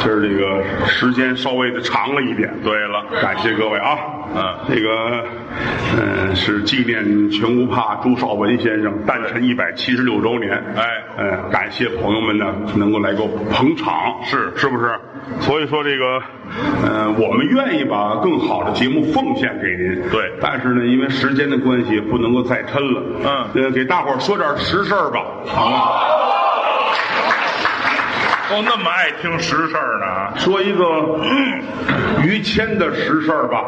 今儿这个时间稍微的长了一点，对了，感谢各位啊。嗯那个，嗯、是纪念全无怕朱少文先生诞辰一百七十六周年。哎嗯、感谢朋友们呢能够来给我捧场，是是不是？所以说这个，呃，我们愿意把更好的节目奉献给您。对但是呢，因为时间的关系，不能够再抻了。嗯呃，给大伙儿说点实事儿吧，好吗？都哦那么爱听实事儿呢，说一个于谦的实事儿吧，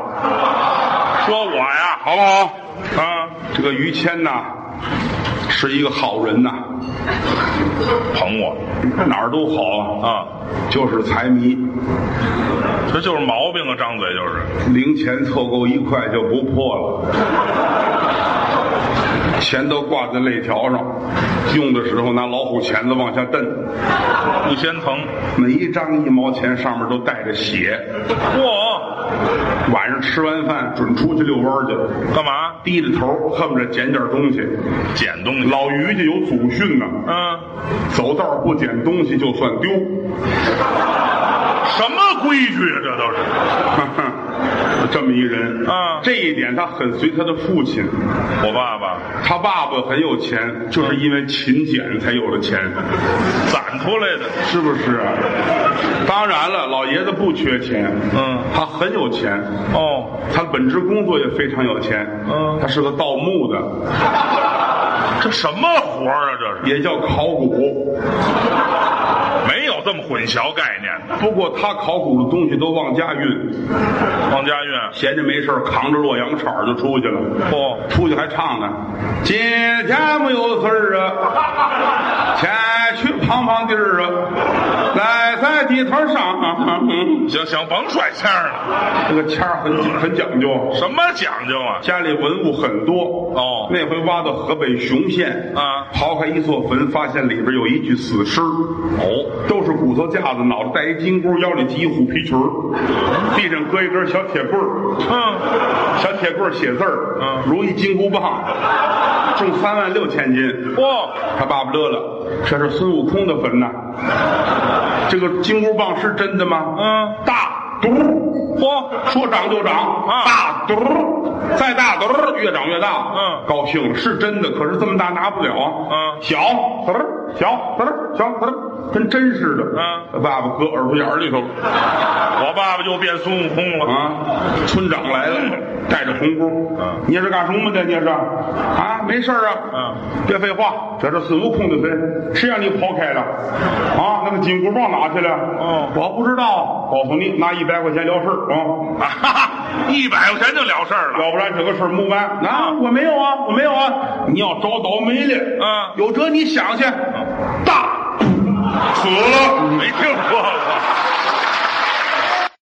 说我呀，好不好？啊，这个于谦呐，是一个好人呐，捧我哪儿都好，啊，就是财迷，这就是毛病啊，张嘴就是，零钱凑够一块就不破了，钱都挂在肋条上，用的时候拿老虎钳子往下蹬，不嫌疼。每一张一毛钱上面都带着血，嚯，晚上吃完饭准出去遛弯去，干嘛低着头恨不着捡点东西。捡东西？老于家有祖训呐，嗯，走道不捡东西就算丢。什么规矩啊？这都是这么一人啊这一点他很随他的父亲，我爸爸他爸爸很有钱，就是因为勤俭才有了钱，攒出来的。是不是啊？当然了，老爷子不缺钱，嗯他很有钱，哦，他本职工作也非常有钱，嗯他是个盗墓的，这什么活儿啊？这是也叫考古，没有这么混淆概念的。不过他考古的东西都往家运，王家运，闲着没事儿扛着洛阳铲儿就出去了。嚯、出去还唱呢，今天没有事儿啊，前去胖胖地儿啊，来在地头上、啊。嗯行行，甭甩腔儿了，这个签儿很很讲究，什么讲究啊？家里文物很多哦那回挖到河北雄县啊刨开一座坟，发现里边有一具死尸，哦，都是骨头架子，脑袋带一金箍，腰里系一虎皮裙儿，地上搁一根小铁棍儿。嗯，小铁棍儿写字儿，嗯如意金箍棒，重三万六千斤。嚯，他爸爸乐了，这是孙悟空的坟呐。这个金箍棒是真的吗？嗯，大嘟，嚯，说长就长，啊大嘟，再大嘟，越长越大。嗯高兴了，是真的，可是这么大拿不了啊。嗯小嘟，小嘟，小嘟，跟真似的。嗯，他爸爸搁耳朵眼儿里头了。我爸爸就变孙悟空了。啊，村长来了，带着红箍。嗯你是干什么的？你是啊？没事儿啊。嗯，别废话，这是孙悟空的坟，谁让你刨开了？啊，那个紧箍棒哪去了？哦我不知道。告诉你，拿一百块钱了事儿啊，啊哈哈，一百块钱就了事儿了。要不然这个事儿木完。啊，我没有啊，我没有啊。你要找倒霉了，嗯有辙你想去。大